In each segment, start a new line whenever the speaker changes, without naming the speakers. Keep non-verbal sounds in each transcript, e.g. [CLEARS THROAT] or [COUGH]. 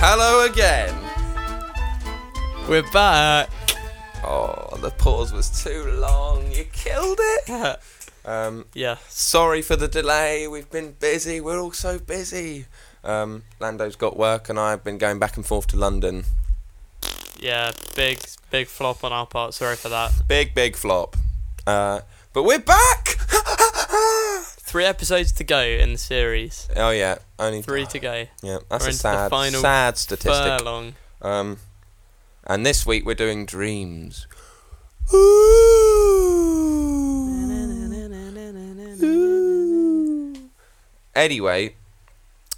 Hello again.
We're back.
Oh, the pause was too long. You killed
[LAUGHS]
it. Um,
Yeah.
sorry for the delay. We've been busy. We're all so busy. Um, Lando's got work, and I've been going back and forth to London.
Yeah. Big, big flop on our part. Sorry for that.
Big, big flop. Uh, but we're back. oh
Three episodes to go in the series.
yeah, only
Three to go.
Yeah, that's a
We're into the
sad,
final
sad statistic.
Furlong.
Um, and this week we're doing dreams. Ooh. Anyway,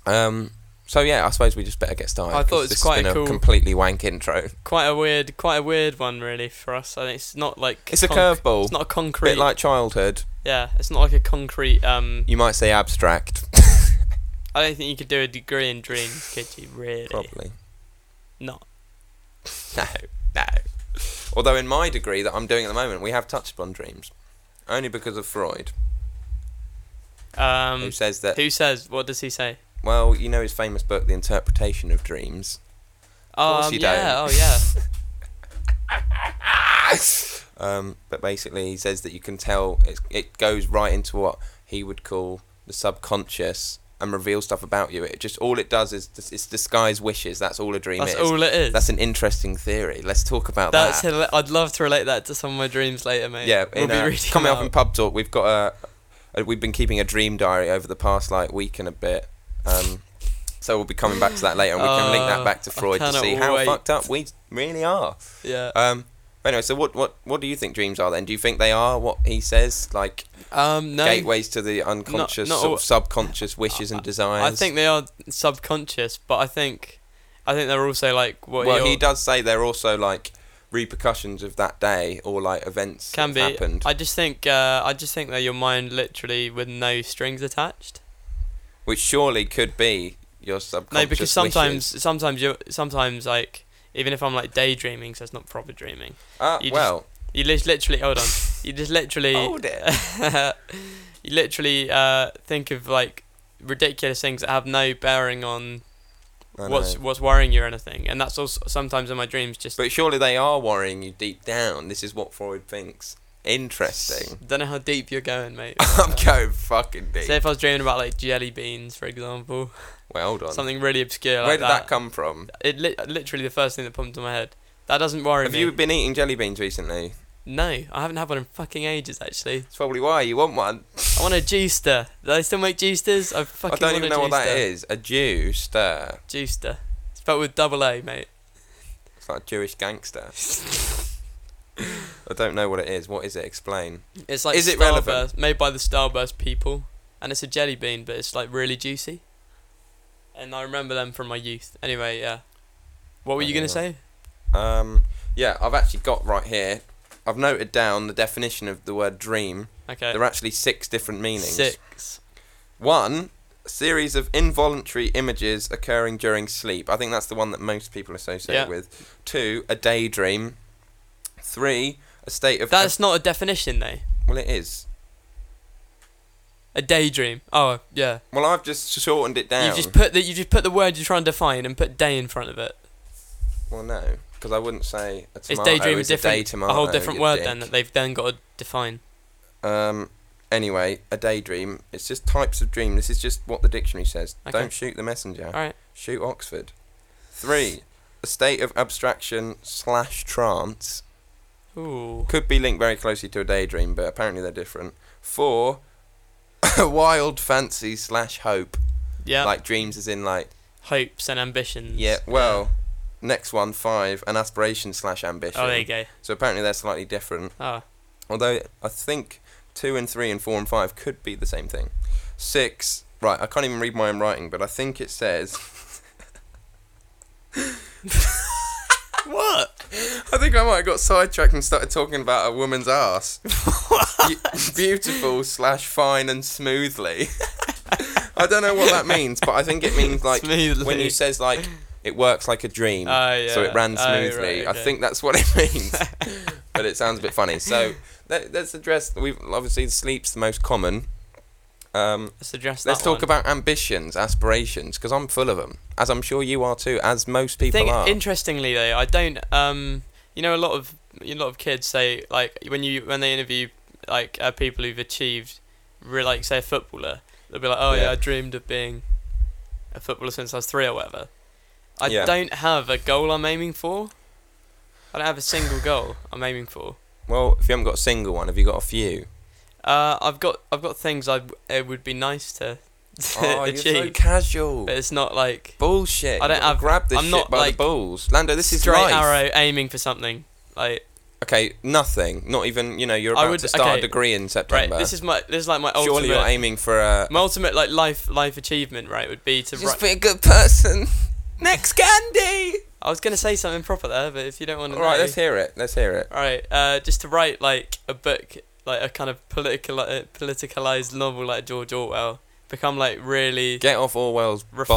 um, so yeah, I suppose we just better get started.
I thought
'cause
it's
this has
quite
been
a cool-
completely wank intro.
Quite a weird, quite a weird one really for us. I think it's not like
It's a
conc-
curveball.
It's not a
A
concrete.
bit like childhood.
yeah, it's not like a concrete. Um,
You might say abstract,
I don't think you could do a degree in dreams, could you? Really? [LAUGHS]
probably.
Not.
No, no. Although in my degree that I'm doing at the moment, we have touched upon dreams, only because of Freud,
Um,
who says that.
who says? What does he say?
Well, you know his famous book, The Interpretation of Dreams. course
um,
you
yeah.
don't.
Oh yeah.
Um, but basically, he says that you can tell it, it goes right into what he would call the subconscious and reveals stuff about you. It just all it does is dis- it's disguise wishes. That's all a dream
That's
is.
all it is.
That's an interesting theory. Let's talk about
That's
that.
hila- I'd love to relate that to some of my dreams later, mate.
yeah,
we'll
in,
be
uh,
reading
coming up
about-
in pub talk, we've got a, a we've been keeping a dream diary over the past like week and a bit. Um, so we'll be coming back to that later, and we can link that
Uh,
back to
I
Freud to
cannot
see how
wait.
fucked up we really are.
Yeah.
Um. Anyway, so what what what do you think dreams are then? Do you think they are what he says, like
Um, no,
gateways to the unconscious,
not
sort
all-
of subconscious wishes and desires?
I think they are subconscious, but I think, I think they're also like what
well,
you're-
he does say they're also like repercussions of that day or like events
can be.
that happened,
I just think, uh, I just think that your mind literally with no strings attached.
which surely could be your subconscious.
No, because sometimes, sometimes you, sometimes like even if I'm like daydreaming, so it's not proper dreaming.
Ah,
you just-
well,
You just literally hold on. You just literally
[LAUGHS]
[LAUGHS]
Hold
it. you literally uh, think of like ridiculous things that have no bearing on
I
what's
know.
what's worrying you or anything, and that's also sometimes in my dreams just.
But surely they are worrying you deep down. This is what Freud thinks. Interesting.
[LAUGHS]
[LAUGHS]
Don't know how deep you're going, mate.
I'm going fucking deep.
Say if I was dreaming about like jelly beans, for example,
well, hold on.
something really obscure
Where
like
did that, come from?
It li- literally the first thing that popped in my head. That doesn't worry
Have
me.
you been eating jelly beans recently?
no, I haven't had one in fucking ages. Actually,
That's probably why you want one.
I want a juicer. Do they still make juicers? I
I
fucking
don't
want
even
a
know what that
juicer.
is. A Jew stir.
Juicer. Spelled with double A, mate.
It's like Jewish gangster. [LAUGHS] I don't know what it is. What is it? Explain.
It's like
Is it
Starburst,
relevant?
made by the Starburst people, and it's a jelly bean, but it's like really juicy. And I remember them from my youth. Anyway, yeah. What were you gonna say?
Um, yeah, I've actually got right here. I've noted down the definition of the word dream.
Okay.
There are actually six different meanings.
Uh, Six.
One, a series of involuntary images occurring during sleep. I think that's the one that most people associate
Yeah.
with. Two, a daydream. Three, a state of.
That's not a definition, though.
well, it is.
A daydream. Oh yeah.
Well, I've just shortened it down.
You just put the you just put the word you're trying to define and put day in front of it.
Well, no, because I wouldn't say a tomato
is daydream
is
a different
Oh, a day tomato.
a whole different
you
word
dick.
then that they've then got to define?
Um. Anyway, a daydream. It's just types of dream. This is just what the dictionary says.
Okay.
Don't shoot the messenger.
All right.
Shoot Oxford. Three. A state of abstraction slash trance
Ooh.
could be linked very closely to a daydream, but apparently they're different. Four. [LAUGHS] A wild fancy slash hope.
Yeah.
Like dreams is in like
hopes and ambitions.
yeah. Well, next one five. An aspiration slash ambition.
Oh, there you go.
So apparently they're slightly different.
Oh,
Although I think two and three and four and five could be the same thing. Six, right? I can't even read my own writing, but I think it says. [LAUGHS]
what?
I think I might have got sidetracked and started talking about a woman's ass. Be- beautiful slash fine and smoothly. [LAUGHS] I don't know what that means, but I think it means like
[LAUGHS] Smoothly.
when you says like it works like a dream,
Oh,
so it
yeah.
ran
Oh, right,
smoothly. I
okay.
think that's what it [LAUGHS]
[LAUGHS]
means, but it sounds a bit funny. So let, let's address. We've obviously sleep's the most common. Um,
Suggest
let's
that
talk
one.
about ambitions, aspirations, because I'm full of them, as I'm sure you are too, as most people
Thing-
are.
Interestingly, though, I don't. Um, you know, a lot of a lot of kids say like when you when they interview like uh, people who've achieved, re- like say a footballer, they'll be like, oh yeah.
Yeah.
I dreamed of being a footballer since I was three or whatever. I
Yeah.
don't have a goal I'm aiming for. I don't have a
[LAUGHS]
single goal I'm aiming for.
well, if you haven't got a single one, have you got a
[LAUGHS]
few?
Uh, I've got I've got things I it would be nice to, [LAUGHS]
[LAUGHS]
to
oh, you're
achieve,
so casual.
but it's not like
Bullshit.
I don't
You gotta
have-
grab this
I'm
shit
not,
by
like,
the balls. Lando, this is
straight
life.
arrow aiming for something like.
Okay, nothing. Not even, you know, you're
I
about
would-
to start
okay.
a degree in
Right,
September.
this is my this is like my
Surely
ultimate
you're aiming for a.
My ultimate like life life achievement, right, would be to write.
be a good
[LAUGHS]
person. Next candy.
I was gonna say something proper there, but if you don't want to,
All right, let's hear it. Let's hear it.
All right, uh, just to write like a book, like a kind of political uh, politicalized novel like George Orwell, become like really
Get off Orwell's bottom.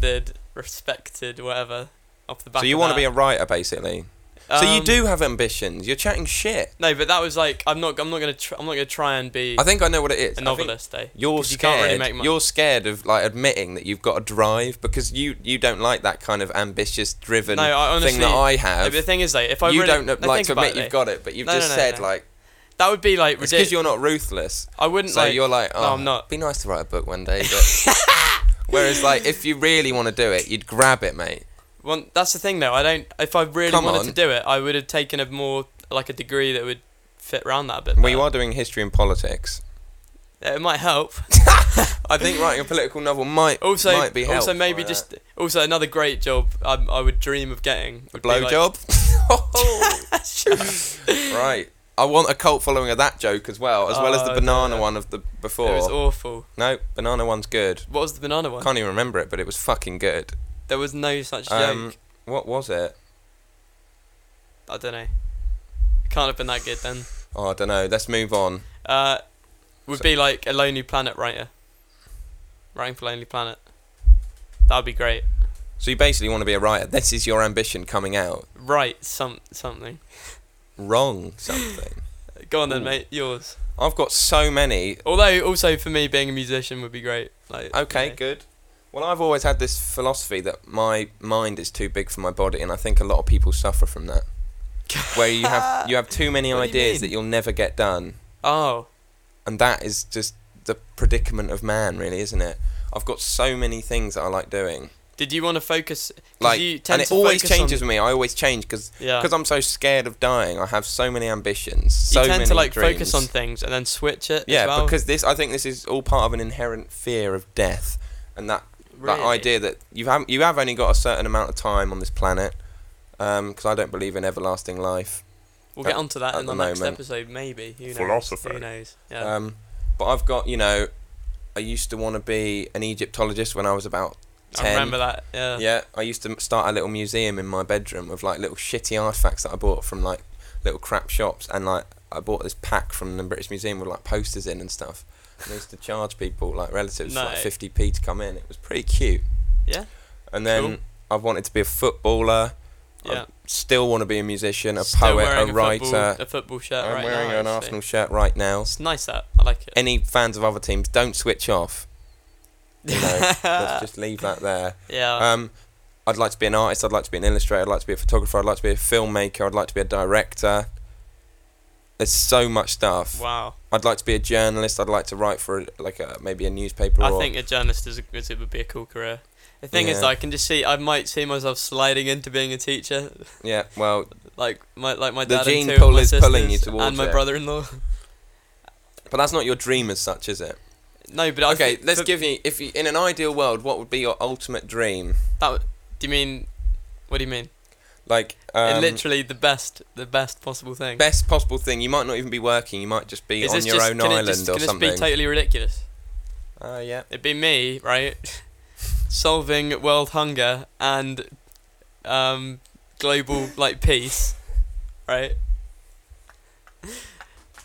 refounded, respected, whatever, off the back. Um,
So you
want
to be a writer, basically. so you do have ambitions. You're chatting shit.
No, but that was like I'm not I'm not gonna tr- I'm not gonna try and be
I think I know what it is.
a
I think
novelist, eh?
You're
'Cause you can't
scared.
really make money.
You're scared of like admitting that you've got a drive because you you don't like that kind of ambitious, driven
No, I honestly.
thing that I
no,
have.
but the thing is, though, if I
you
really,
don't
no,
like
think
to
about
admit
it,
you've got it, but you've
No,
just
no, no,
said
no.
like
that would be like
it's because
ridiculous.
you're not ruthless.
I wouldn't
So
like.
you're like, oh,
no, I'm not.
Be nice to write a book one day,
[LAUGHS]
but whereas like if you really want to do it, you'd grab it, mate.
Well, that's the thing though. I don't. If I really
Come
wanted
on.
to do it, I would have taken a more like a degree that would fit around that a bit.
Well, you
better.
are doing history and politics.
It might help.
I think writing a political novel might
Also,
might be
also
helpful
maybe
in
just also another great job I, I would dream of getting.
that.
would
a
be, like- [LAUGHS] Oh,
blowjob. [LAUGHS]
Shut up.
right. I want a cult following of that joke as well, as well as the
Oh,
banana
no.
one of the
it
before.
was awful.
no, banana one's good.
What was the banana one?
Can't even remember it, but it was fucking good.
There was no such joke.
Um, what was it?
I don't know. It can't have been that good then.
Oh, I don't know. Let's move on.
Uh, would
So-
be like a Lonely Planet writer. Writing for Lonely Planet. That would be great.
So you basically want to be a writer. This is your ambition coming out.
Write some something.
Wrong something.
Go on then,
Ooh.
mate. Yours.
I've got so many.
Although, also for me, being a musician would be great. Like,
Okay,
you know.
good. Well, I've always had this philosophy that my mind is too big for my body, and I think a lot of people suffer from
[LAUGHS]
that. Where you have you have too many
What do you
ideas
mean?
that you'll never get done,
Oh,
and that is just the predicament of man, really, isn't it? I've got so many things that I like doing,
did you want to focus? 'cause
like,
you tend
and it
to
always
focus on-
changes with me. I always change because
yeah.
I'm so scared of dying. I have so many ambitions, so
you tend
many
to like
dreams.
focus on things and then switch it. as
Yeah,
well.
because this I think this is all part of an inherent fear of death, and that that
Really?
idea that you have you have only got a certain amount of time on this planet. Because I don't believe in everlasting life.
We'll get
at-
onto that
at
in the,
the
next
moment.
episode, maybe. Who knows?
Philosophy.
Who knows? Yeah.
Um, but I've got you know, I used to want to be an Egyptologist when I was about
I
ten.
remember that. Yeah.
Yeah, I used to start a little museum in my bedroom of like little shitty artifacts that I bought from like little crap shops, and like I bought this pack from the British Museum with like posters in and stuff. And I used to charge people like relatives
No.
like fifty p to come in. It was pretty cute.
Yeah.
And then
Cool.
I've wanted to be a footballer.
Yeah.
I still want to be a musician, a
Still
poet,
wearing
a
Football,
writer.
a football shirt.
I'm
right
wearing
now,
an
actually.
Arsenal shirt right now.
It's nice that I like it.
Any fans of other teams, don't switch
[LAUGHS]
off. You know, Let's just leave that there.
yeah.
Um, I'd like to be an artist. I'd like to be an illustrator. I'd like to be a photographer. I'd like to be a filmmaker. I'd like to be a director. There's so much stuff.
wow.
I'd like to be a journalist. I'd like to write for like a, maybe a newspaper.
I
or,
think a journalist is, a, is it would be a cool career. The thing is,
Yeah.
though, I can just see I might see myself sliding into being a teacher,
Yeah. Well,
like my like my
The
dad
gene
and two of
pull
my
is pulling you
sisters
towards
and my
it.
brother-in-law. [LAUGHS]
but that's not your dream as such, is it?
No, but I
Okay.
think-
Let's
but
give you. If you in an ideal world, what would be your ultimate dream?
That would- do you mean? What do you mean?
Like
It
um,
literally the best, the best possible thing.
best possible thing. You might not even be working. You might just be
Is
on
this
your
just-
own
can it
island
just-
or
can this
something.
be totally ridiculous?
uh, yeah.
It'd be me, right? Solving world hunger and um, global like peace, right?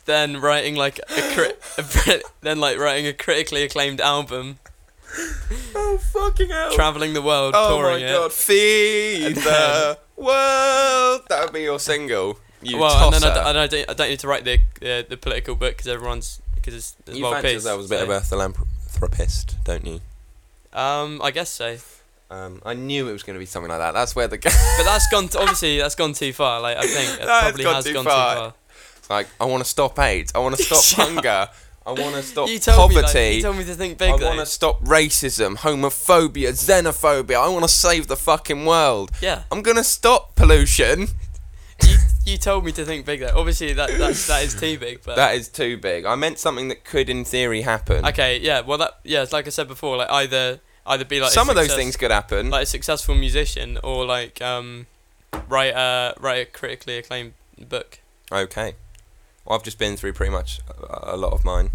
Then writing like a, cri- a cri- [LAUGHS] then like writing a critically acclaimed album,
Oh fucking hell!
traveling the world,
Oh my
touring
god,
it.
feed
And
the world. That would be your single. You
well, and
tosser.
then I, d- and I don't, I don't need to write the uh, the political book because everyone's because it's, it's
you
world
fancy
peace.
yourself as a bit
so-
of a philanthropist, don't you?
Um, I guess so.
Um, I knew it was going to be something like that. That's where [LAUGHS] the
But that's gone. T- obviously, that's gone too far. Like I think it
No, it's
probably
gone
has
too
gone
far.
too far.
like I want to stop AIDS. I want
[LAUGHS]
to stop
Yeah.
hunger. I want to stop
you told me, like, you
poverty.
told me to think
I
big. though.
want to stop racism, homophobia, xenophobia. I want to save the fucking world.
Yeah,
I'm gonna stop pollution.
you, you told me to think big. Though obviously that
[LAUGHS]
that's, that is too big. But
That is too big. I meant something that could, in theory, happen.
okay, yeah. Well, that yeah. It's like I said before. Like either either be like a
Some of those
success-
things could happen.
like a successful musician or like um write a write a critically acclaimed book.
okay. Well, I've just been through pretty much a, a lot of mine.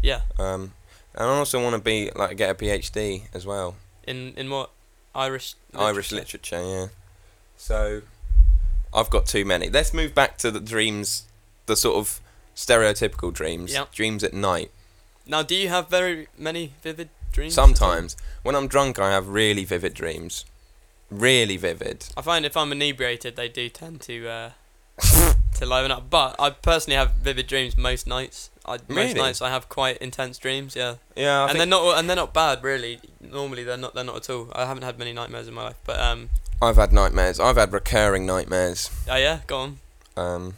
Yeah,
Um, and I also want to be like get a PhD as well.
in in what Irish
Irish literature, yeah. So I've got too many. Let's move back to the dreams, the sort of stereotypical dreams,
Yep.
dreams at night.
Now, do you have very many vivid dreams? at all?
Sometimes when I'm drunk, I have really vivid dreams, really vivid.
I find if I'm inebriated, they do tend
[LAUGHS]
to uh, to liven up. But I personally have vivid dreams most nights. I,
Really?
Most nights I have quite intense dreams. Yeah,
Yeah, I
and they're
think
not and they're not bad really. Normally they're not they're not at all. I haven't had many nightmares in my life, but um,
I've had nightmares. I've had recurring nightmares.
oh yeah, go on.
Um,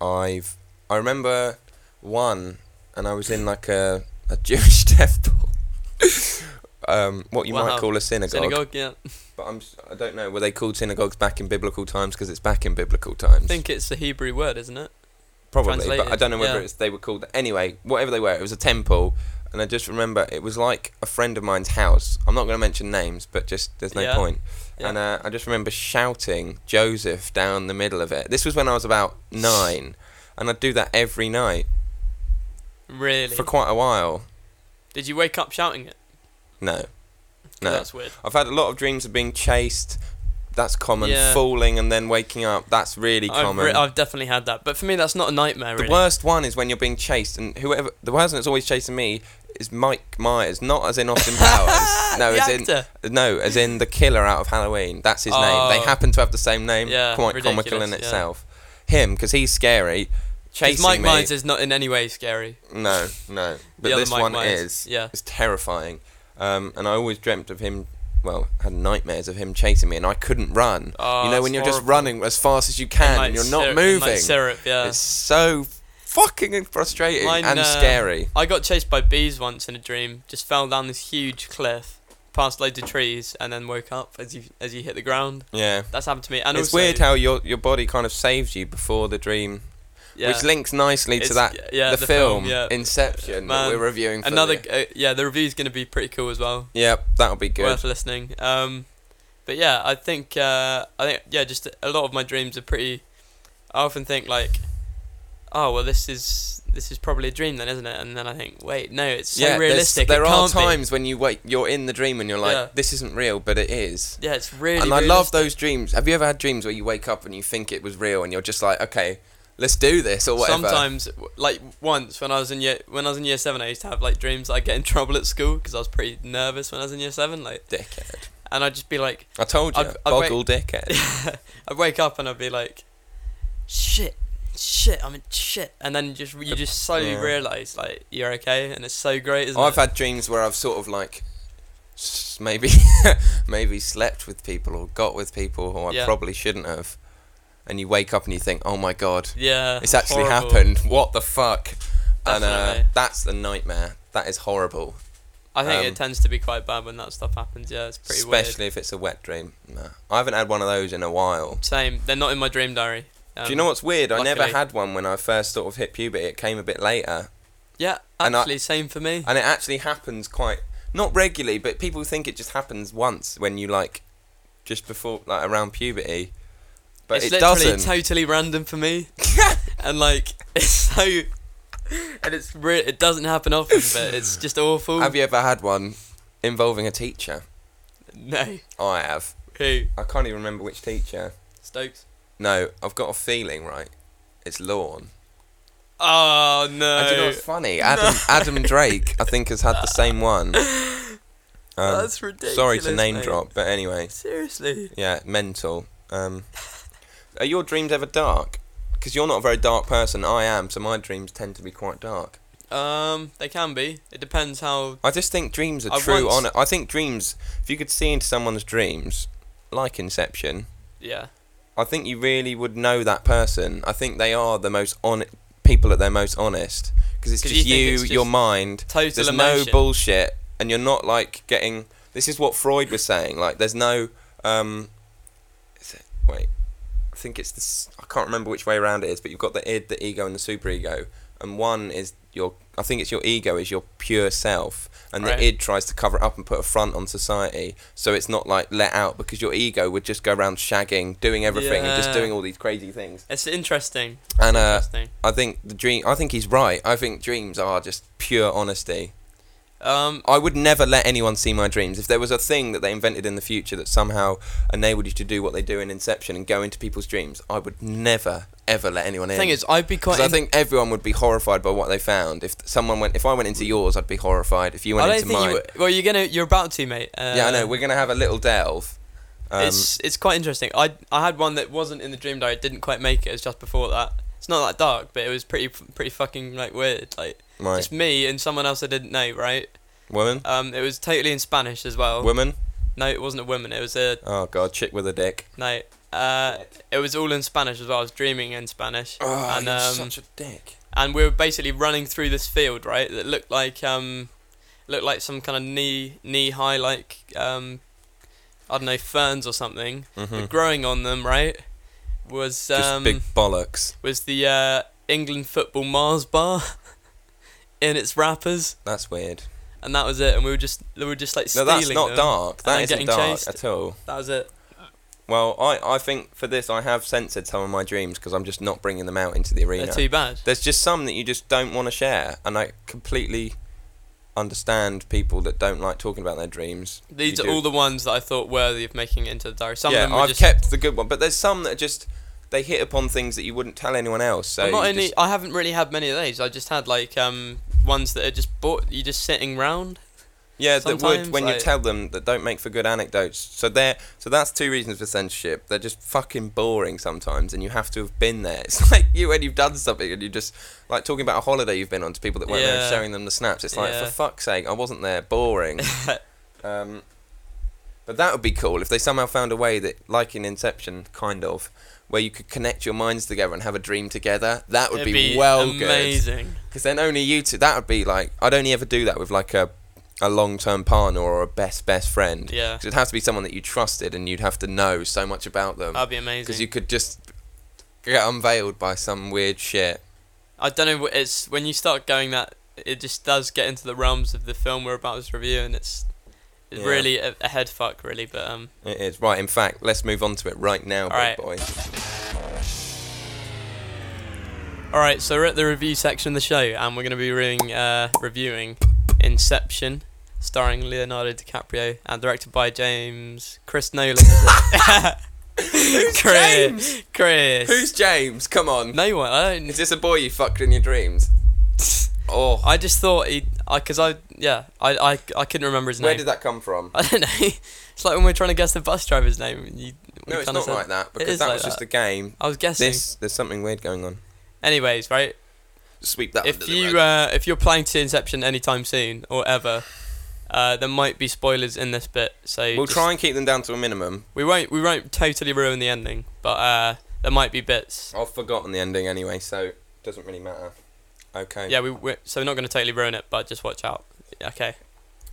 I've I remember one, and I was in like a a [LAUGHS] Jewish temple, um, what you
Wow.
might call a
Synagogue, yeah.
But I'm, s- I don't know. Were they called synagogues back in biblical times? Because it's back in biblical times.
I think it's a Hebrew word, isn't it?
Probably, but I
translated,
don't know whether
yeah.
it's they were called. Anyway, whatever they were, it was a temple, and I just remember it was like a friend of mine's house. I'm not going to mention names, but just there's no
Yeah.
point.
Yeah.
And uh, I just remember shouting Joseph down the middle of it. This was when I was about nine, and I'd do that every night
Really?
for quite a while.
Did you wake up shouting it?
No,
'Cause
no.
That's weird.
I've had a lot of dreams of being chased. That's common.
Yeah.
Falling and then waking up. That's really
I've,
common.
re- I've definitely had that, but for me, that's not a nightmare.
The
Really. [LAUGHS]
worst one is when you're being chased, and whoever the person that's always chasing me is Mike Myers, not as in Austin
[LAUGHS]
Powers. no,
Ah, the
as
actor.
in no, as in the killer out of Halloween. That's his name.
Oh.
They happen to have the same name.
Yeah,
quite comical in
ridiculous, yeah.
itself. Him, because he's scary.
'Cause
Chasing
Mike
me.
Myers is not in any way scary.
no, no. But
the other
this
Mike
one
Myers.
is.
Yeah.
It's terrifying. Um, and I always dreamt of him. Well, had nightmares of him chasing me, and I couldn't run.
Oh,
you know,
it's
when you're just
horrible.
running as fast as you can,
Like
and you're not
syrup- like
moving.
syrup, yeah.
It's so fucking frustrating
Mine,
and
uh,
scary.
I got chased by bees once in a dream. Just fell down this huge cliff, past loads of trees, and then woke up as you as you hit the ground.
Yeah.
That's happened to me. And
it's
also,
weird how your your body kind of saves you before the dream,
yeah,
which links nicely to
It's-
that
yeah,
the,
the
film,
film, yeah.
Inception
Man,
that we're reviewing. For
another
The,
uh, yeah. The review's gonna be pretty cool as well.
yeah, that'll be good.
worth listening. Um, but yeah, I think uh, I think yeah, just a lot of my dreams are pretty. I often think like, oh well, this is this is probably a dream then, isn't it? And then I think, wait, no, it's so
yeah, there's-
realistic.
There
it
are
can't be.
times when you wake, you're in the dream and you're like,
Yeah.
this isn't real, but it is.
Yeah, it's really.
and I love
realistic.
those dreams. Have you ever had dreams where you wake up and you think it was real and you're just like, okay, let's do this or whatever?
Sometimes, w- like once when I was in year when I was in year seven, I used to have like dreams. that I get in [LAUGHS] trouble at school because I was pretty nervous when I was in year seven. Like,
Dickhead.
and I'd just be like, [LAUGHS]
I told you,
I've- I've
boggle dickhead.
I'd wake up and I'd be like, shit, shit, I'm in shit. And then just you just slowly
Yeah.
realise like you're okay, and it's so great, isn't
I've
it?
had dreams where I've sort of like s- maybe [LAUGHS] maybe slept with people or got with people who I
Yeah.
probably shouldn't have, and you wake up and you think, oh my god,
yeah,
it's actually
horrible.
happened. What the fuck? And uh,
Definitely.
that's the nightmare. That is horrible,
I think
um,
it tends to be quite bad when that stuff happens. Yeah, it's pretty
especially if it's a wet dream. No. I haven't had one of those in a while.
weird. Same. They're not in my dream diary. Um,
Do you know what's weird? I never
luckily-
had one when I first sort of hit puberty. It came a bit later,
Yeah,
And I-
actually, same for me.
and it actually happens quite not regularly, but people think it just happens once when you like just before like around puberty. But
it's
it
literally
doesn't.
totally random
[LAUGHS]
for me, and like [LAUGHS] it's so, and it's re- it doesn't happen often, but it's just awful.
have you ever had one involving a teacher?
No,
I have.
who
I can't even remember which teacher.
Stokes?
No, I've got a feeling right. It's Lorne.
Oh no!
And do you know what's funny? Adam Adam Drake, I think, has had the same
[LAUGHS]
one. Um,
That's ridiculous.
sorry to name
mate.
drop, but anyway,
Seriously.
yeah, mental. Um, are your dreams ever dark? 'Cause because you're not a very dark person. I am, so my dreams tend to be quite dark.
Um, they can be. It depends how.
I just think dreams are
I
true.
once-
On I think dreams. If you could see into someone's dreams, like Inception,
Yeah.
I think you really would know that person. I think they are the most on people at their most honest because it's
'Cause
just
you
you,
think it's
your
just
mind.
Total
There's no
emotion.
bullshit, and you're not like getting. This is what Freud was saying. Like, there's no. Um, is it, wait, I think it's this. I can't remember which way around it is, but you've got the id, the ego, and the superego, and one is your. I think it's your ego is your pure self, and
Right.
the id tries to cover it up and put a front on society, so it's not like let out because your ego would just go around shagging, doing everything, and just
Yeah.
doing all these crazy things.
It's interesting.
And uh,
interesting.
I think the dream. I think he's right. I think dreams are just pure honesty.
Um,
I would never let anyone see my dreams. If there was a thing that they invented in the future that somehow enabled you to do what they do in Inception and go into people's dreams, I would never ever let anyone in.
thing is, I'd be quite.
'Cause I think everyone would be horrified by what they found. If someone went, if I went into yours, I'd be horrified. If you
Mm. I
went
don't
into
think
mine,
you. would- Well, you're gonna. You're about to, mate. Uh,
yeah, I know. We're gonna have a little delve. Um,
it's it's quite interesting. I I had one that wasn't in the dream diary. Didn't quite make it. It was just before that. It's not that dark, but it was pretty pretty fucking like weird. Like
right,
it's me and someone else I didn't know. Right.
woman,
Um, it was totally in Spanish as well.
woman.
No, it wasn't a woman. It was a
Oh god, chick with a dick.
no. Uh, it was all in Spanish as well. I was dreaming in Spanish.
Oh,
and
you're
um,
such a dick.
and we were basically running through this field, right? That looked like um, looked like some kind of knee knee high, like um, I don't know, ferns or something.
hmm
But growing on them, right, was
Just
um,
big bollocks.
was the uh, England football Mars bar [LAUGHS] in its wrappers,
That's weird.
and that was it. And we were just we were just like
No,
stealing
that's not
them.
dark.
then
That isn't
getting
dark
chased.
at all.
That was it.
Well, I, I think for this I have censored some of my dreams because I'm just not bringing them out into the arena.
They're too bad.
There's just some that you just don't want to share, and I completely understand people that don't like talking about their dreams.
These
You
are
do-
all the ones that I thought worthy of making it into the diary. Some
yeah,
of them were
I've
just.
kept the good one, but there's some that are just they hit upon things that you wouldn't tell anyone else. So
I'm not
you
only,
just-
I haven't really had many of those. I just had like um ones that are just bought. You just sitting round.
Yeah, that would
Sometimes,
when you
like-
tell them that don't make for good anecdotes. So they're so that's two reasons for censorship. They're just fucking boring sometimes, and you have to have been there. [LAUGHS] It's like you when you've done something and you just like talking about a holiday you've been on to people that weren't there, and
Yeah.
showing them the snaps. It's like for
Yeah.
fuck's sake, I wasn't there.
[LAUGHS]
Boring. um, but that would be cool if they somehow found a way that, like in Inception, kind of, where you could connect your minds together and have a dream together. That would
It'd
be, well good.
amazing.
Because then only you two. That would be like I'd only ever do that with like a a long term partner or a best best friend.
Yeah,
'Cause it'd have to be someone that you trusted and you'd have to know so much about them.
that'd be amazing.
Because you could just get unveiled by some weird shit.
I don't know. what It's when you start going that it just does get into the realms of the film we're about to review, and it's, it's
Yeah.
really a, a head fuck, really. But um,
It is right. In fact, let's move on to it right now, big
Alright. [LAUGHS]
boy.
all right. So we're at the review section of the show, and we're gonna be reviewing, uh, reviewing Inception, starring Leonardo DiCaprio and directed by James Chris
[LAUGHS]
Nolan. Who's
James?
Chris.
Who's James? Come on.
no one? I don't.
Is this a boy you fucked in your
[LAUGHS]
dreams? Oh,
I just thought he, I, cause I, yeah, I, I, I couldn't remember his
where
name.
did that come from?
[LAUGHS] I don't know. It's like when we're trying to guess the bus driver's name. and You, we
No, it's
kinda
not
said-
like that because
is
that
like
was just
that.
a game.
I was guessing.
This there's something weird going on.
Anyways, right?
Sweep that under
If
Oh, the
you
rug.
uh, if you're planning to see Inception anytime soon or ever, uh, there might be spoilers in this bit. So
we'll
just-
try and keep them down to a minimum.
We won't. We won't totally ruin the ending, but uh, there might be bits.
I've forgotten the ending anyway, so it doesn't really matter. Okay.
Yeah, we we're, so we're not going to totally ruin it, but just watch out. Okay.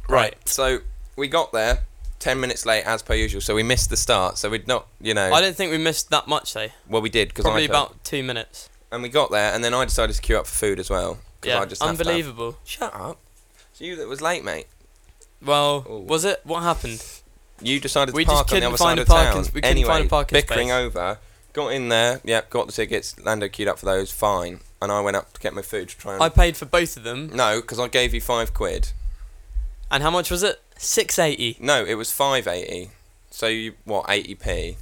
Right. So we got there ten minutes late as per usual, so we missed the start. So we'd not, you know,
I don't think we missed that much though.
well we did because
Probably about two minutes.
and we got there, and then I decided to queue up for food as well. 'cause
Yeah,
I just have to have-
unbelievable.
Shut up. It's you that was late, mate.
Well,
Ooh.
was it? What happened?
You decided to
We just
park on the
couldn't
other side
find a
of town.
parking- we couldn't
anyway,
find a parking
bickering
space.
over, got in there. Yep, got the tickets. Lando queued up for those. Fine. And I went up to get my food to try and.
I paid for both of them.
no, because I gave you five quid.
And how much was it? Six eighty.
No, it was five eighty. So you what eighty
[LAUGHS]
p?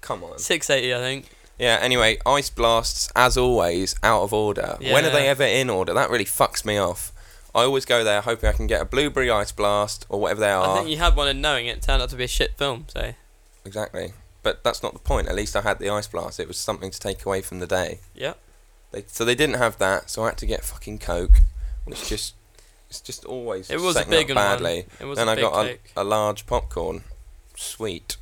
Come on.
Six eighty, I think.
Yeah. Anyway, ice blasts as always out of order. When are
Yeah.
they ever in order? That really fucks me off. I always go there hoping I can get a blueberry ice blast or whatever they
I
are.
think you had one and knowing it turned out to be a shit film. So
exactly. but that's not the point. At least I had the ice blast. It was something to take away from the day.
Yeah.
They, so they didn't have that. So I had to get fucking coke, which just it's just always
It was a
setting
big
up
one.
badly.
It was
Then
a
I
big
got a,
cake.
a large popcorn.
[SIGHS]
Sweet.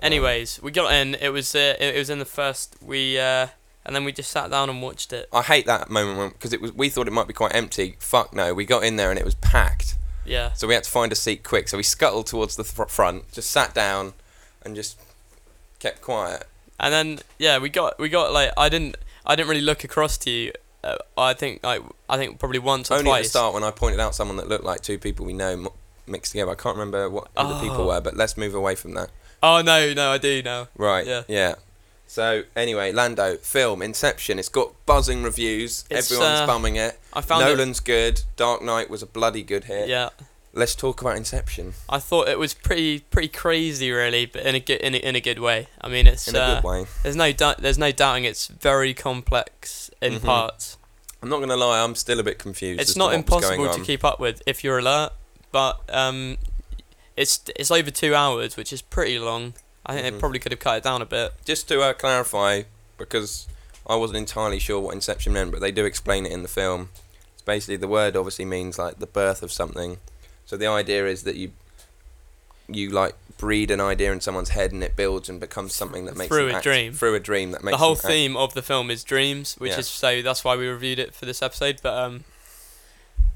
Anyways, we got in. It was uh, it, it was in the first. We uh, and then we just sat down and watched it.
I hate that moment because it was we thought it might be quite empty. Fuck no, we got in there and it was packed.
Yeah.
So we had to find a seat quick. So we scuttled towards the fr front, just sat down, and just kept quiet.
And then yeah, we got we got like I didn't I didn't really look across to you. Uh, I think like I think probably once or
Only at the
twice.
start when I pointed out someone that looked like two people we know m- mixed together. I can't remember what who the people
Oh.
were, but let's move away from that.
Oh no, no, I do now.
Right.
Yeah.
Yeah. So anyway, Lando film Inception. It's got buzzing reviews.
It's,
Everyone's
uh,
bumming it.
I found it.
Nolan's good. Dark Knight was a bloody good hit.
Yeah,
Let's talk about Inception
I thought it was pretty pretty crazy, really, but in a good in a, in a good way. I mean, it's
in a
uh,
good way.
there's no doubt there's no doubting it's very complex in
Mhm.
parts.
I'm not gonna lie. I'm still a bit confused. as
It's
to what
not
was going
impossible to
on.
keep up with if you're alert, but um, it's it's over two hours, which is pretty long. I think they
Mhm.
probably could have cut it down a bit.
Just to uh, clarify, because I wasn't entirely sure what Inception meant, but they do explain it in the film. It's basically the word obviously means like the birth of something. So the idea is that you you like breed an idea in someone's head and it builds and becomes something that makes
Through
them
a
act-
dream.
through a dream that makes
the whole
them act-
theme of the film is dreams, which
Yeah.
is so that's why we reviewed it for this episode. But um,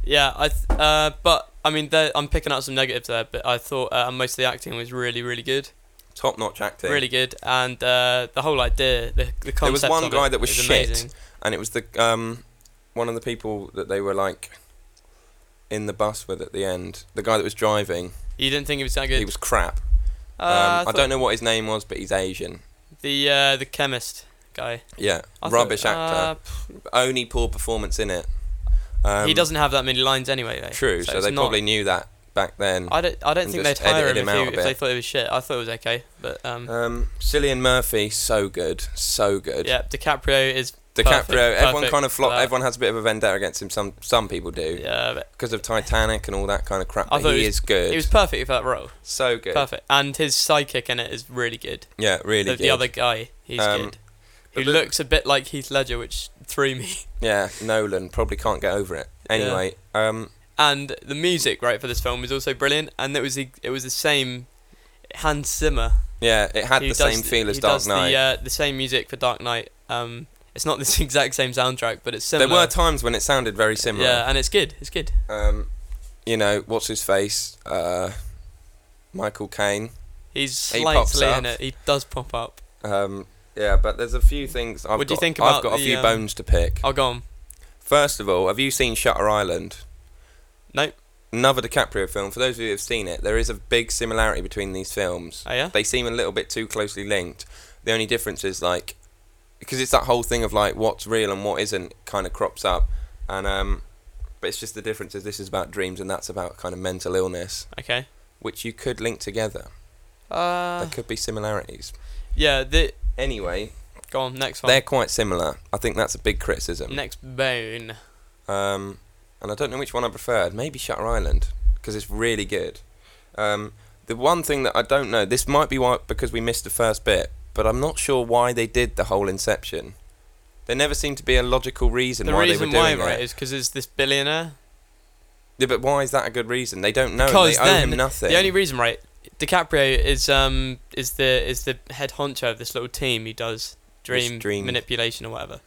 yeah, I th- uh, but I mean, there, I'm picking out some negatives there, but I thought uh, most of the acting was really, really good,
top-notch acting.
really good, and uh, the whole idea, the the concept.
There was one
of
guy
it
that was
is
shit.
amazing.
and it was the um one of the people that they were like in the bus with at the end. The guy that was driving,
You didn't think he was that good?
he was crap.
uh,
um, I,
thought
don't know what his name was, but he's Asian.
the uh, the chemist guy.
Yeah,
I thought,
rubbish actor.
uh,
only poor performance in it. Um,
he doesn't have that many lines anyway. Though,
True, so,
it's
they
not-
probably knew that back then.
I don't. I don't
and
think they'd
just
hire him,
edited him
if,
out a
he, if they
bit.
thought it was shit. I thought it was okay, but um,
Um, Cillian Murphy, so good, so good.
yeah, DiCaprio is
DiCaprio,
perfect,
everyone
perfect
kind of flop.
for that.
Everyone has a bit of a vendetta against him. Some some people do
yeah, but
because of Titanic and all that kind of crap.
I
But
thought
he
he was-
is good,
He was perfect for that role.
so good.
Perfect. And his sidekick in it is really good.
Yeah, really
the,
good.
the other guy, he's
Um,
good.
but
Who
the-
looks a bit like Heath Ledger, which threw me. [LAUGHS]
Yeah, Nolan probably can't get over it. Anyway, um,
And the music, right, for this film is also brilliant. And it was the, it was the same Hans Zimmer.
yeah, it had
who
the
does
same feel as
who
Dark
does
Knight.
The, uh, the same music for Dark Knight. Um, it's not the [LAUGHS] exact same soundtrack, but it's similar.
there were times when it sounded very similar.
Yeah, and it's good. It's good.
Um, you know, what's his face? Uh, Michael Caine.
He's
He pops
slightly in
up.
it. He does pop up.
Um, yeah, but there's a few things. I've
What do you
got-
think about
I've got
the,
a few
um,
bones to pick.
I'll go on.
First of all, have you seen Shutter Island?
Nope.
Another DiCaprio film. For those of you who have seen it, there is a big similarity between these films.
Oh, yeah?
They seem a little bit too closely linked. The only difference is like, because it's that whole thing of like what's real and what isn't kind of crops up, and um, but it's just the difference is this is about dreams and that's about kind of mental illness,
Okay.
which you could link together.
Uh,
there could be similarities.
yeah, the,
Anyway,
go on, next one.
they're quite similar. I think that's a big criticism.
Next bone.
Um, and I don't know which one I preferred. Maybe Shutter Island because it's really good. Um, the one thing that I don't know, this might be why because we missed the first bit, but I'm not sure why they did the whole Inception. There never seemed to be a logical reason
The
why
reason
they were
why,
doing
right,
it.
is because it's this billionaire.
Yeah, but why is that a good reason? They don't know. and
Because
they owe
then
him nothing.
The only reason, right, DiCaprio is um is the is the head honcho of this little team who does dream,
dream-
manipulation or whatever.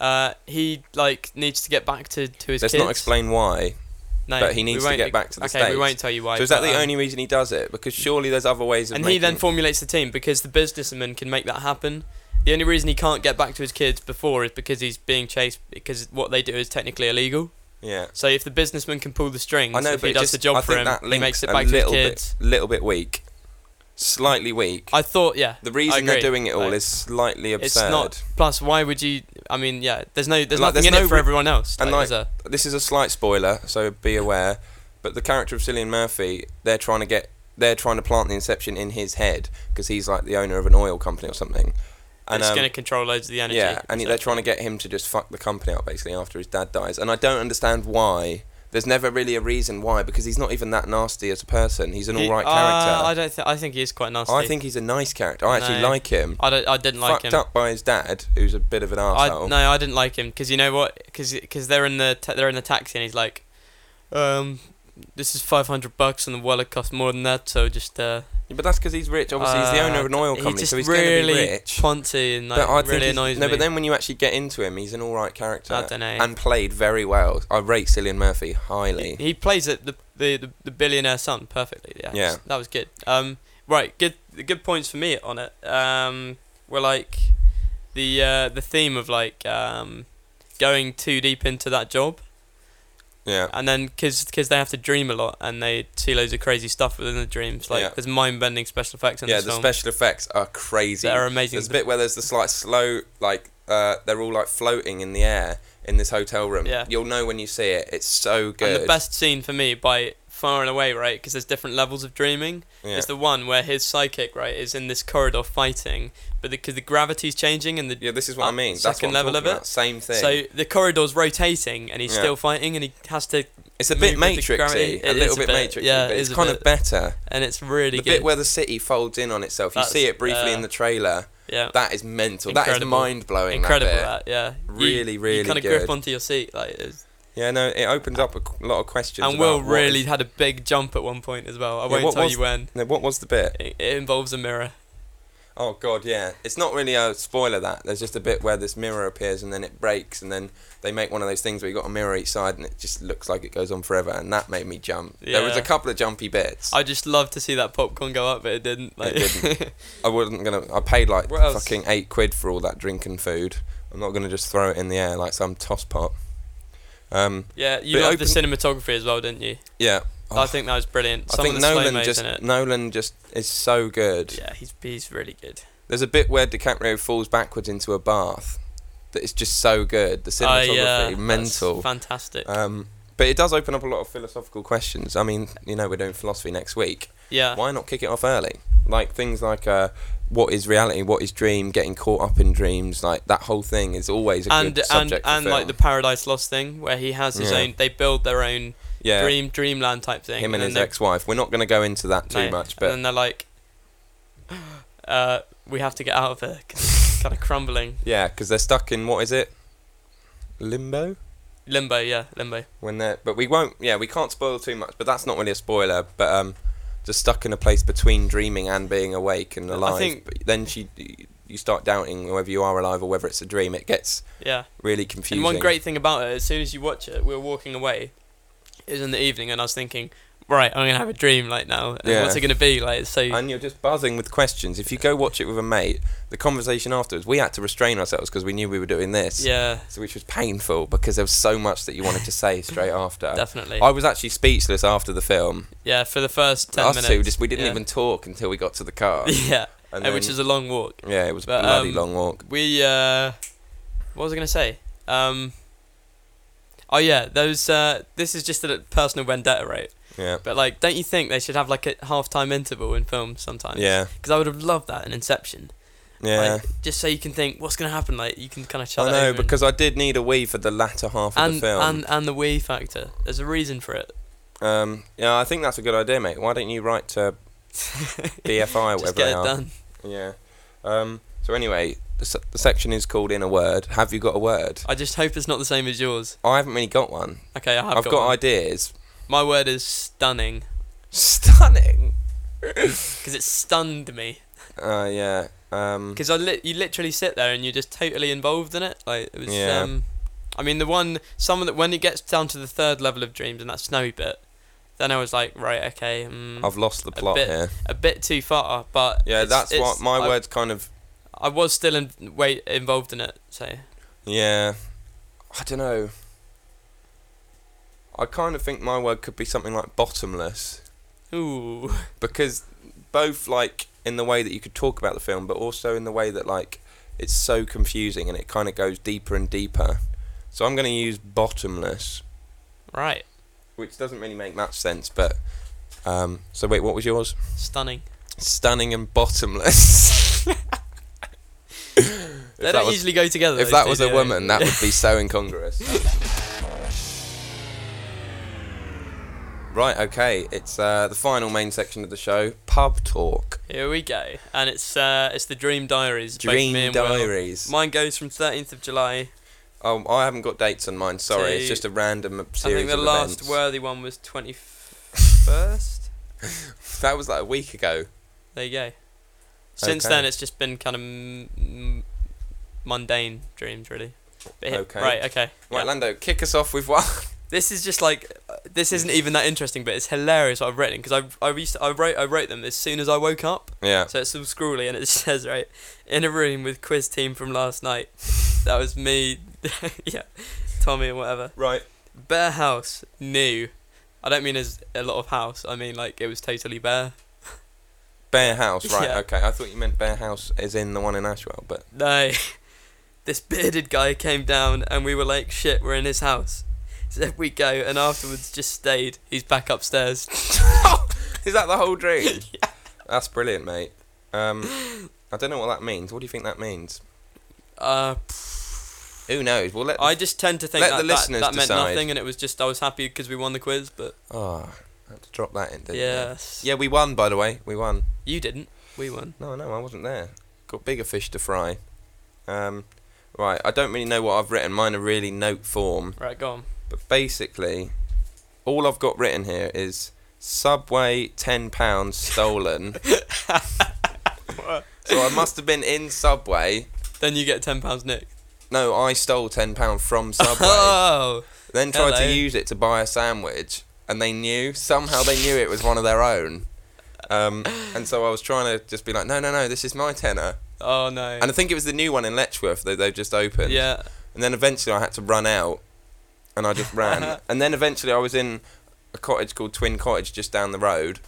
Uh, he like needs to get back to to his
Let's
kids.
not explain why.
No,
but he
we
needs to
won't
get
ex-
back to the
okay,
States.
we won't tell you why.
So is that
but,
the
um,
only reason he does it? Because surely there's other ways of
And
making.
he then formulates the team because the businessman can make that happen. The only reason he can't get back to his kids before is because he's being chased because what they do is technically illegal.
yeah.
So if the businessman can pull the strings,
I know,
if
but
he
it
does
just,
the job
I
for
think
him,
that
he
links
makes it
a
back to his
little
kids.
bit, little bit weak, slightly weak.
I thought, yeah.
The reason
agree.
they're doing it all
Like,
is slightly absurd.
It's not. Plus, why would you? I mean, yeah. There's no. There's
Like,
nothing
there's
in it
no
for
re-
everyone else.
and,
like, there's
This is a slight spoiler, so be aware. But the character of Cillian Murphy, they're trying to get, they're trying to plant the inception in his head because he's like the owner of an oil company or something.
a,
And
it's
um,
going to control loads of the energy.
yeah, and
so-
they're trying to get him to just fuck the company up basically after his dad dies. And I don't understand why there's never really a reason why because he's not even that nasty as a person. He's an
He-
all right
uh,
character.
I don't think. I think he is quite nasty.
I think he's a nice character. I actually
No.
like him.
I, don't, I didn't like
Fucked
him.
up by his dad, who's a bit of an
I
asshole.
no, I didn't like him because you know what? Because they're in the ta- they're in the taxi and he's like, um, this is five hundred bucks and the wallet costs more than that, so just uh,
But that's because he's rich. Obviously, he's the owner of an oil
he
company,
just
so he's
really
going to be rich.
ponty and like
but I think
really
he's-
annoys
no.
me. Oh,
But then when you actually get into him, he's an all right character
I don't know.
and played very well. I rate Cillian Murphy highly.
he, he plays it the, the the the billionaire son perfectly. Yeah,
Yeah.
that was good. Um, right, good good points for me on it. Um, were like the uh, the theme of like um, going too deep into that job.
yeah,
and then because they have to dream a lot and they see loads of crazy stuff within the dreams like
Yeah.
there's mind-bending special effects in
yeah.
this
The
film
special effects are crazy.
that are amazing
There's a bit where there's this like slow, like uh, they're all like floating in the air in this hotel room.
Yeah.
You'll know when you see it. It's so good.
and the best scene for me by far and away right because there's different levels of dreaming
Yeah.
is the one where his psychic right is in this corridor fighting but because the, gravity's changing and the
yeah, this is what I
uh,
mean. That's
second
what I'm
level of
talking
it.
about. Same thing.
so the corridor's rotating and he's
Yeah.
still fighting and he has to
it's a bit
move with the
matrixy,
gravity.
a
It
little
is a
bit,
bit-
matrixy,
yeah,
but
it
it's
is a
kind of
bit.
better.
and it's really
The
good
bit where the city folds in on itself, you
That's-
see it briefly
uh,
in the trailer.
yeah
That is mental. That is
Incredible.
mind blowing.
incredible
That bit.
that, yeah You-
Really, really
you kind of
good.
grip onto your seat like it's
Yeah, no, it opens up a c- lot of questions.
and Will
about what
really
is-
had a big jump at one point as well. I
Yeah,
won't
what
tell
was-
you when.
No, what was the bit?
It, it involves a mirror.
Oh God, yeah. It's not really a spoiler that. There's just a bit where this mirror appears and then it breaks and then they make one of those things where you got a mirror each side and it just looks like it goes on forever and that made me jump. There was
Yeah.
a couple of jumpy bits. I,
I just love to see that popcorn go up, but it didn't. Like,
didn't. wasn't gonna. I paid like
What else?
fucking eight quid for all that drink and food. I'm not gonna just throw it in the air like some toss pot. Um,
[LAUGHS] yeah,
But
you
it
loved the cinematography as well, didn't you?
yeah. Oh,
I think that was brilliant.
I
Some
think
of the slow
Nolan
mo's
just
in it.
Nolan just is so good.
Yeah, he's he's really good.
There's a bit where DiCaprio falls backwards into a bath that is just so good. The
I,
cinematography,
Oh, yeah, that's
mental.
fantastic.
Um, but it does open up a lot of philosophical questions. I mean, you know, we're doing philosophy next week.
yeah,
Why not kick it off early? Like things like uh, what is reality, what is dream, getting caught up in dreams. Like that whole thing is always a
and
good
and
subject. for
and like the
film.
Paradise Lost thing, where he has his
Yeah.
own. They build their own
yeah,
dream dreamland type thing.
him and
then
his
they-
ex-wife. We're not going to go into that too
no,
much, but
and then they're like, [GASPS] uh, we have to get out of here.
[LAUGHS]
kind of crumbling.
yeah, because they're stuck in what is it? Limbo.
Limbo, yeah, limbo.
when they're but we won't yeah we can't spoil too much but that's not really a spoiler but um just stuck in a place between dreaming and being awake and
I
alive
think-
but then she you start doubting whether you are alive or whether it's a dream it gets
Yeah.
really confusing
And one great thing about it, as soon as you watch it, we were walking away. It was in the evening, and I was thinking, right, I'm gonna have a dream like now. And
Yeah.
What's it gonna be like? It's So
and you're just buzzing with questions if you go watch it with a mate the conversation afterwards we had to restrain ourselves because we knew we were doing this
yeah,
so which was painful because there was so much that you wanted to say straight after
[LAUGHS] definitely.
Uh, I was actually speechless after the film.
yeah, for the first ten
Us
minutes,
two just we didn't
yeah. [LAUGHS]
even talk until we got to the car.
yeah,
And
uh, which
then-
is a long walk.
yeah, it was a
But,
bloody
um,
long walk.
We uh, what was I gonna say? Um. Oh yeah, those. Uh, this is just a personal vendetta, right?
Yeah.
But like, don't you think they should have like a half-time interval in films sometimes?
Yeah.
Because I would have loved that in Inception.
Yeah.
Like, just so you can think what's going to happen. Like you can kind of shut
I
it
know
over
because I did need a wee for the latter half of
and,
the
and,
film.
and and the Wii factor. There's a reason for it.
um, yeah, I think that's a good idea, mate. Why don't you write
[LAUGHS]
to BFI, whatever
just
they
get it
are?
done.
Yeah. Um, so anyway, the, se- the section is called "In a Word." Have you got a word?
I just hope it's not the same as yours.
I haven't really got one.
Okay, I have
I've, got,
one.
ideas. [LAUGHS]
my word is stunning
Stunning.
[LAUGHS] because it stunned me.
Uh, yeah. Um,
Because I li- you literally sit there and you're just totally involved in it. Like it was.
Yeah.
Um, I mean the one some of the when it gets down to the third level of dreams and that snowy bit, then I was like right okay. Mm,
I've lost the
a
plot
bit-
here.
a bit too far, but
Yeah,
it's-
that's
it's-
what my
I,
word's kind of.
I was still in, wait, involved in it, so
Yeah. I don't know. I kind of think my word could be something like bottomless.
ooh, [LAUGHS]
because both like in the way that you could talk about the film but also in the way that like it's so confusing and it kind of goes deeper and deeper so i'm going to use bottomless
right,
which doesn't really make much sense but um so wait what was yours
stunning.
stunning and [LAUGHS] bottomless if
they
that
don't
was,
usually go together.
if
those
that
two,
was
do
a
they?
woman that would be so incongruous Right, okay. It's uh, the final main section of the show, pub talk,
[LAUGHS] Here we go, and it's uh, it's the Dream Diaries. both me
dream
and Will.
diaries.
Mine goes from 13th of July.
Oh, I haven't got dates on mine. Sorry, it's
So-
just a random
I
series
think the
of
last
events.
worthy one was 21st.
That was like a week ago.
there you go. Since
Okay.
then, it's just been kind of m- m- mundane dreams, really. But here-
Okay.
Right. Okay.
Right,
yeah.
Lando, kick us off with one. [LAUGHS]
This is just like uh, this isn't even that interesting, but it's hilarious what I've written because I I used to, I wrote I wrote them as soon as I woke up.
yeah.
So it's all scrawly and it [LAUGHS] says right in a room with quiz team from last night. That was me, [LAUGHS] yeah, Tommy and whatever.
Right.
Bare house, new. I don't mean as a lot of house. I mean like it was totally bare.
Bear House. Right.
Yeah.
Okay. I thought you meant Bear House as in the one in Ashwell, but
No. [LAUGHS] This bearded guy came down and we were like, shit, we're in his house. So we go and afterwards just stayed. He's back upstairs.
is that the whole
[LAUGHS]
dream? That's brilliant, mate. Um, I don't know what that means. What do you think that means?
Uh,
Who knows? We'll let. The
I just tend to think
Let
that,
the
that-
listeners
that, meant
decide.
nothing and it was just I was happy because we won the quiz, but
oh, I had to drop that in. Didn't
yes.
I? Yeah, we won. By the way, we won.
You didn't. We won.
No, no, I wasn't there. Got bigger fish to fry. Um, right, I don't really know what I've written. Mine are really note form,
Right, go on.
but basically, all I've got written here is Subway ten pounds stolen. so I must have been in Subway.
Then you get ten pounds nick.
No, I stole ten pound from Subway.
[LAUGHS] Oh,
then tried
hello.
to use it to buy a sandwich, and they knew somehow they knew it was one of their own. Um, and so I was trying to just be like, no, no, no, this is my tenner.
oh no.
And I think it was the new one in Letchworth that they've just opened.
yeah,
And then eventually I had to run out, and I just ran. and then eventually I was in a cottage called Twin Cottage just down the road,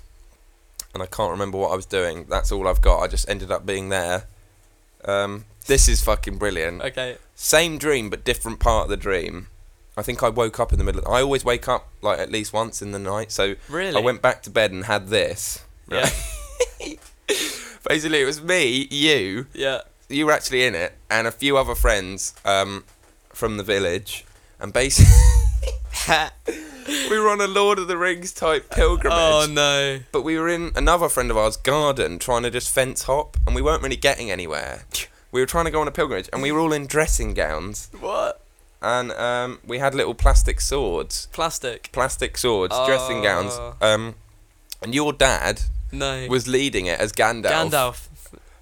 and I can't remember what I was doing. That's all I've got. I just ended up being there. Um, this is fucking brilliant.
okay.
Same dream, but different part of the dream. I think I woke up in the middle. I always wake up like at least once in the night, so
Really?
I went back to bed and had this.
Yeah.
Basically, it was me, you, [LAUGHS]
yeah.
you were actually in it, and a few other friends um, from the village, and basically [LAUGHS] we were on a Lord of the Rings type pilgrimage.
oh no.
But we were in another friend of ours' garden trying to just fence hop, and we weren't really getting anywhere. We were trying to go on a pilgrimage, and we were all in dressing gowns,
What?
and um, we had little plastic swords,
Plastic.
plastic swords, dressing gowns.
Oh.
Um, and your dad
No.
was leading it as Gandalf.
Gandalf.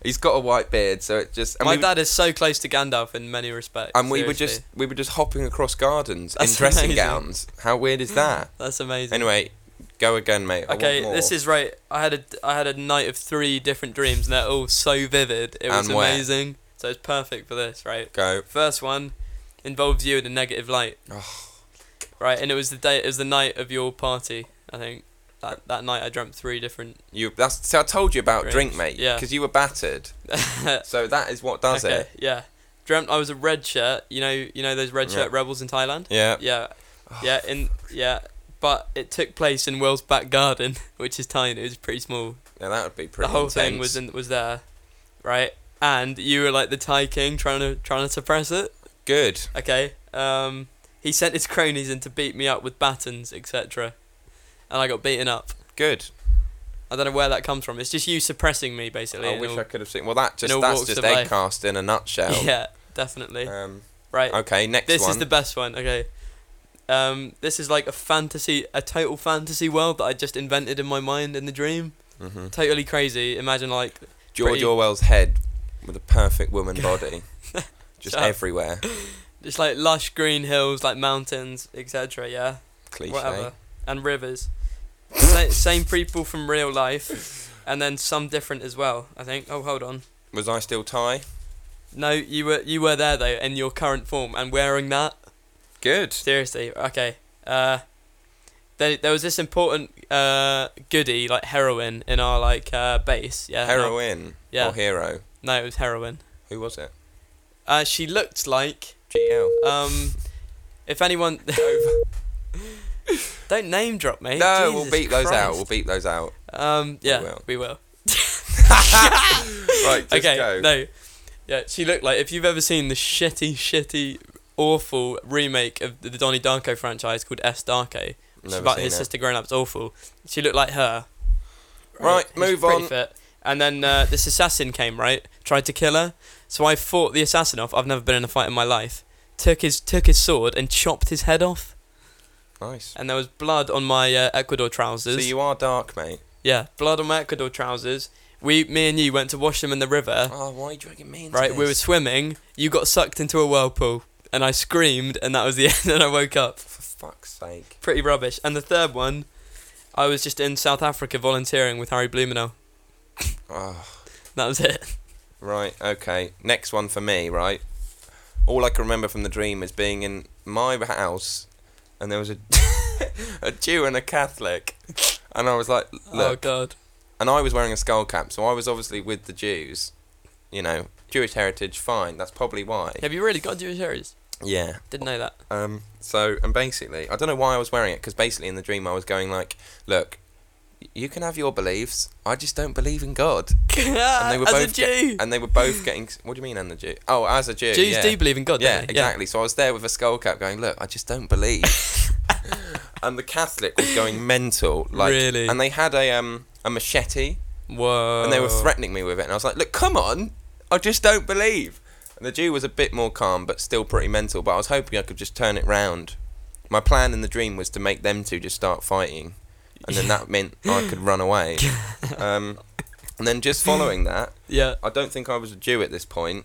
He's got a white beard, so it just. and
My
we-
dad is so close to Gandalf in many respects.
and we were just
seriously.
we were just hopping across gardens in
That's
dressing
amazing.
gowns. How weird is
[LAUGHS]
that?
That's amazing.
anyway, go again, mate. I
okay,
want more.
this is right. I had a I had a night of three different dreams, and they're all so vivid. It was
And where?
amazing. So it's perfect for this, right?
go.
First one involves you in a negative light. Right, and it was the day. It was the night of your party. I think that that night I dreamt three different. [LAUGHS]
You that's so I told you about
Drinks,
drink, mate.
yeah.
because you were battered. So that is what does
okay,
it.
yeah. Dreamt I was a red shirt. You know, you know those red
Yeah.
shirt rebels in Thailand.
Yeah.
Yeah, yeah, in yeah. But it took place in Will's back garden, [LAUGHS] which is tiny. It was pretty small.
Yeah, that would be pretty.
the whole
intense.
thing was in, was there, right? And you were like the Thai king trying to trying to suppress it.
good.
Okay. Um, he sent his cronies in to beat me up with batons, etc. And I got beaten up.
Good.
I don't know where that comes from. It's just you suppressing me, basically.
I
in
wish
all-
I could have seen. Well, that just
all
that's
walks
just
of life.
Eggcast in a nutshell.
[LAUGHS] Yeah, definitely.
Um,
right.
okay, next
This
one.
is the best one. Okay. Um, this is like a fantasy, a total fantasy world that I just invented in my mind in the dream.
Mhm.
Totally crazy. Imagine like
George
pretty-
Orwell's head with a perfect
[LAUGHS]
woman body, just
Shut up.
everywhere.
just like lush green hills, like mountains, etc. Yeah.
Cliche.
Whatever. And rivers. [LAUGHS] Sa- Same people from real life, and then some different as well. I think. Oh, hold on.
Was I still Thai?
No, you were you were there though in your current form and wearing that.
Good.
Seriously, okay. Uh, there, there was this important uh, goodie, like heroin, in our like uh, base. Yeah. No,
Heroin
Yeah.
or hero?
no, it was heroin.
Who was it?
Uh, she looked like
GL.
um, if anyone. [LAUGHS] Don't name drop me.
No, we'll
Jesus
beat those out. We'll
Christ.
beat those out.
Um, yeah,
will.
we will.
Right, just
okay,
go.
no. Yeah, she looked like if you've ever seen the shitty, shitty, awful remake of the Donnie Darko franchise called S Darko, which is
Never
about
seen
his
her.
sister growing up. It's awful. She looked like her.
Right,
who's
move
pretty
on.
Fit. And then uh, this assassin came, right? Tried to kill her. So I fought the assassin off. I've never been in a fight in my life. Took his took his sword and chopped his head off.
Nice.
And there was blood on my uh, Ecuador trousers.
So you are dark, mate.
yeah, blood on my Ecuador trousers. We, me and you went to wash them in the river.
Oh, why are you dragging me into
Right, we were
this?
swimming. You got sucked into a whirlpool, and I screamed, and that was the [LAUGHS] end. And I woke up.
For fuck's sake.
Pretty rubbish. And the third one, I was just in South Africa volunteering with Harry Blumenau.
Oh,
That
[LAUGHS]
was it.
right, okay. Next one for me, right? All I can remember from the dream is being in my house and there was a, [LAUGHS] a Jew and a Catholic. And I was like,
Oh
look.
God.
And I was wearing a skull cap, so I was obviously with the Jews. You know, Jewish heritage, fine. That's probably why.
Have you really got Jewish hairs?
Yeah.
Didn't
[LAUGHS]
know that.
Um, so, and basically, I don't know why I was wearing it, because basically in the dream I was going like, look, you can have your beliefs, I just don't believe in God. they were
Uh, As a
both
Jew.
And they were both getting, what do you mean, and the Jew? Oh, as a Jew,
Jews
yeah.
do believe in God,
yeah,
don't they?
exactly. So I was there with a skull cap going, look, I just don't
[LAUGHS]
believe. and the Catholic was going mental. like,
Really?
And they had a, um, a machete,
Yeah. Whoa.
and they were threatening me with it, and I was like, look, come on, I just don't believe. And the Jew was a bit more calm, but still pretty mental. But I was hoping I could just turn it round. My plan in the dream was to make them two just start fighting, and then that meant I could run away. Um, and then just following that,
Yeah.
I don't think I was a Jew at this point.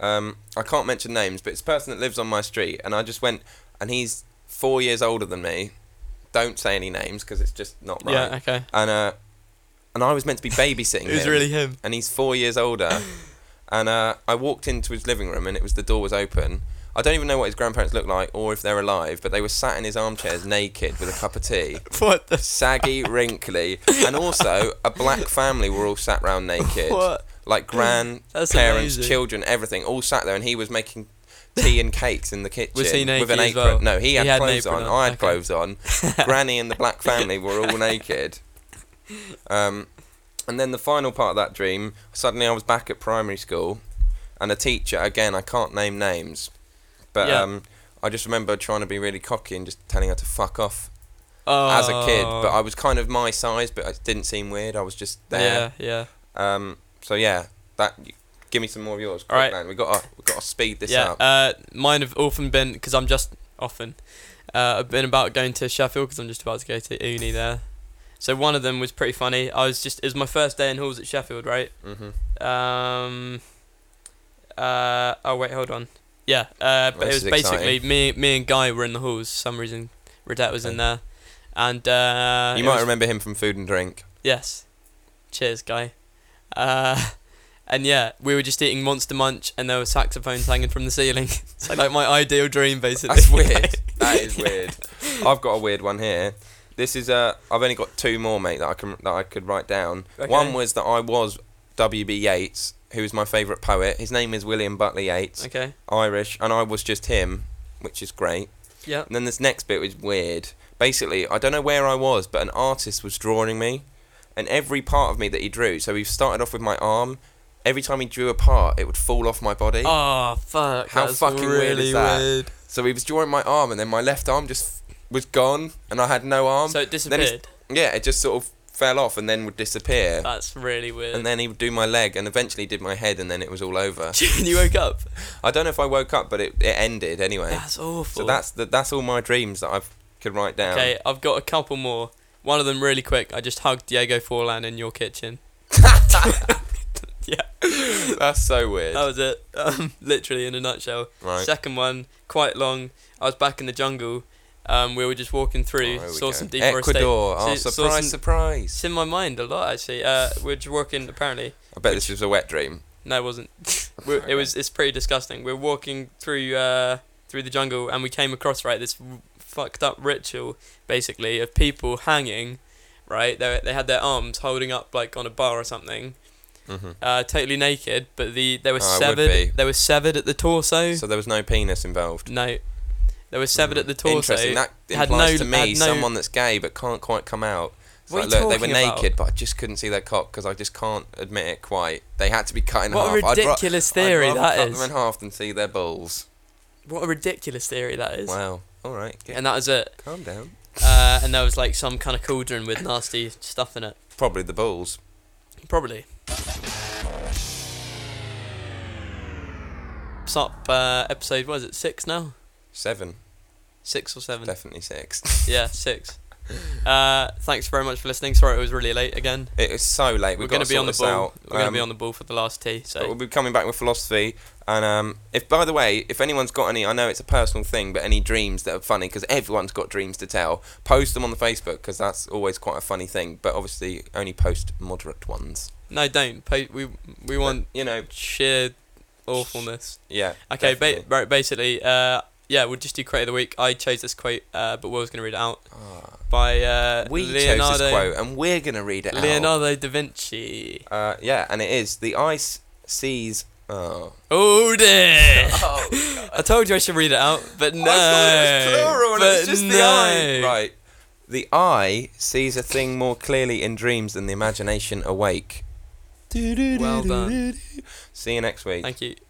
Um, I can't mention names, but it's a person that lives on my street, and I just went, and he's four years older than me. Don't say any names because it's just not right.
Yeah. Okay.
And uh, and I was meant to be babysitting.
It was
him [LAUGHS]
really him.
and he's four years
[LAUGHS]
older. and uh, I walked into his living room, and it was the door was open. I don't even know what his grandparents look like or if they're alive, but they were sat in his armchairs naked with a cup of tea,
What the?
saggy, wrinkly, and also a black family were all sat round naked,
[LAUGHS] What?
like grand
[CLEARS THROAT] That's
parents,
amazing.
children, everything, all sat there, and he was making tea and cakes in the kitchen with
naked
an
as
apron.
well?
No, he
He
had,
had an
clothes
apron
on.
on,
I had
okay.
clothes on. [LAUGHS]
[LAUGHS]
Granny and the black family were all naked. Um, and then the final part of that dream, suddenly I was back at primary school, and a teacher again. I can't name names, but
Yeah.
um, I just remember trying to be really cocky and just telling her to fuck off
Oh.
as a kid. But I was kind of my size, but it didn't seem weird. I was just there.
Yeah. Yeah.
Um, so yeah, that. Give me some more of yours. Quick,
All right.
man. We got to we got to speed this
yeah,
up.
Uh, mine have often been because I'm just often. Uh, I've been about going to Sheffield because I'm just about to go to uni there. So one of them was pretty funny. I was just it was my first day in halls at Sheffield, right?
hmm
Um. Uh. Oh wait, hold on. Yeah. Uh. But
This
it was
is
basically me, me and Guy were in the halls. For some reason, Redette was in there, and uh,
you
it
might
was-
remember him from Food and Drink.
Yes. Cheers, guy. Uh, and yeah, we were just eating Monster Munch, and there were saxophones hanging from the ceiling. [LAUGHS] so like my ideal dream, basically.
That's weird. [LAUGHS] that
[LAUGHS]
is weird. I've got a weird one here. This is uh, I've only got two more, mate, that I can that I could write down.
Okay.
One was that I was W.B. Yeats, who is my favourite poet. His name is William Butler Yeats,
okay.
Irish, and I was just him, which is great.
Yeah.
And then this next bit was weird. Basically, I don't know where I was, but an artist was drawing me, and every part of me that he drew. So he started off with my arm. Every time he drew a part, it would fall off my body.
Oh fuck.
How
that's
fucking
really
weird is that?
weird.
So he was drawing my arm, and then my left arm just was gone, and I had no arm.
So it disappeared.
yeah, it just sort of fell off, and then would disappear.
That's really weird. [LAUGHS]
And then he would do my leg, and eventually did my head, and then it was all over.
you woke up.
I don't know if I woke up, but it, it ended anyway.
That's awful.
so that's the, that's all my dreams that I could write down.
okay. I've got a couple more. One of them really quick. I just hugged Diego Forlan in your kitchen.
[LAUGHS] That's so weird.
That was it. [LAUGHS] Um, literally in a nutshell.
right.
Second one, quite long. I was back in the jungle. Um, we were just walking through,
Oh, here we
saw
go.
some deforestation.
Ecuador. Oh,
saw
surprise,
some-
surprise.
It's in my mind a lot actually. Uh, we we're just walking. Apparently,
I bet this was a wet dream.
no, it wasn't. [LAUGHS] We're-
Okay.
It was. It's pretty disgusting. We We're walking through uh, through the jungle, and we came across right this w- fucked up ritual, basically, of people hanging. Right, they they had their arms holding up like on a bar or something,
Mm-hmm.
uh, totally naked. But the they were
Oh, I would be.
severed. They were severed at the torso.
So there was no penis involved.
no, they were severed
Mm.
at the torso.
Interesting. That
had
implies
no-
to me
had no-
someone that's gay but can't quite come out. It's
What
like,
are you
look, they were
talking about?
naked, but I just couldn't see their cock because I just can't admit it quite. They had to be cut in
What a
half. I'd ra-
ridiculous theory
I'd rather
that
cut
is.
them in half than see their balls.
What a ridiculous theory that is.
Wow. All right. Get,
And that was it.
calm down.
uh, and there was like some kind of cauldron with nasty stuff in it.
Probably the balls.
Probably. Stop uh, episode, what is it, six now?
Seven.
Six or seven?
Definitely six.
yeah, six. Uh, thanks very much for listening. Sorry it was really late again.
[LAUGHS] It is so late.
We're
We've
going
got to
to be
sort
on the
this
ball.
out.
We're going to be
Um,
on the ball for the last tee.
But we'll
So
be coming back with philosophy. And um, if, by the way, if anyone's got any, I know it's a personal thing, but any dreams that are funny, because everyone's got dreams to tell, post them on the Facebook, because that's always quite a funny thing. But obviously, only post moderate ones.
no, don't. Po- we we want
But, you know,
sheer awfulness.
yeah.
Okay, ba-
definitely.
right. Basically, uh, yeah, we'll just do quote of the week. I chose this quote, uh, but Will's going to read it out
Ah.
by uh,
we
Leonardo
chose this quote, and we're gonna read it out.
Leonardo da Vinci.
Uh, yeah, and it is the ice sees. Oh.
Oh dear!
[LAUGHS] Oh,
I told you I should read it out, but no.
I thought it was plural and it's
but
just the
no.
eye. Right. The eye sees a thing more clearly in dreams than the imagination awake.
Well done.
See you next week.
Thank you.